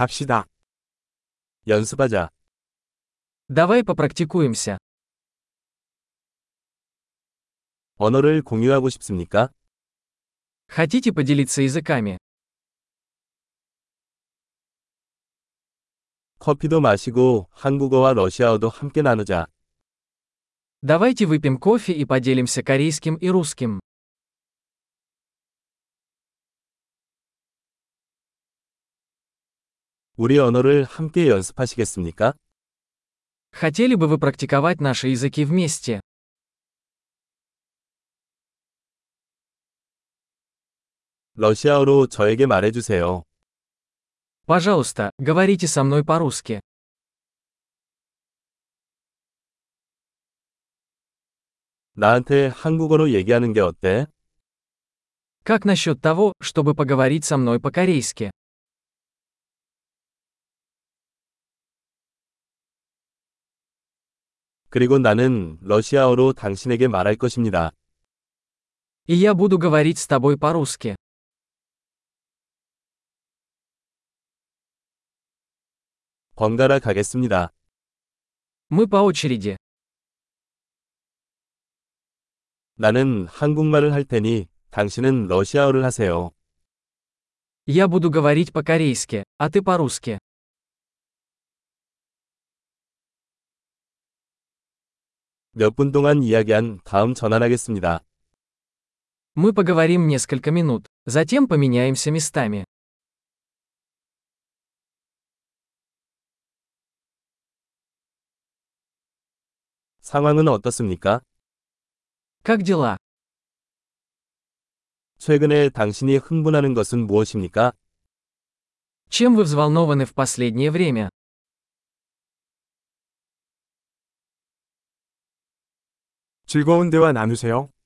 갑시다. 연습하자. Давай попрактикуемся. 언어를 공유하고 싶습니까? Хотите поделиться языками? 커피도 마시고 한국어와 러시아어도 함께 나누자. Давайте выпьем кофе и поделимся корейским и русским. 우리 언어를 함께 연습하시겠습니까? Хотели бы вы практиковать наши языки вместе? 러시아어로 저에게 말해주세요. Пожалуйста, говорите со мной по-русски. 나한테 한국어로 얘기하는 게 어때? Как насчет того, чтобы поговорить со мной по-корейски? 그리고 나는 러시아어로 당신에게 말할 것입니다. И я буду говорить с тобой по-русски. 번갈아 가겠습니다. Мы по очереди. 나는 한국말을 할 테니 당신은 러시아어를 하세요. Я буду говорить по-корейски, а ты по-русски. 몇 분 동안 이야기한 다음 전환하겠습니다. Мы поговорим несколько минут, затем поменяемся местами. 상황은 어떻습니까? Как дела? 최근에 당신이 흥분하는 것은 무엇입니까? Чем вы взволнованы в последнее время? 즐거운 대화 나누세요.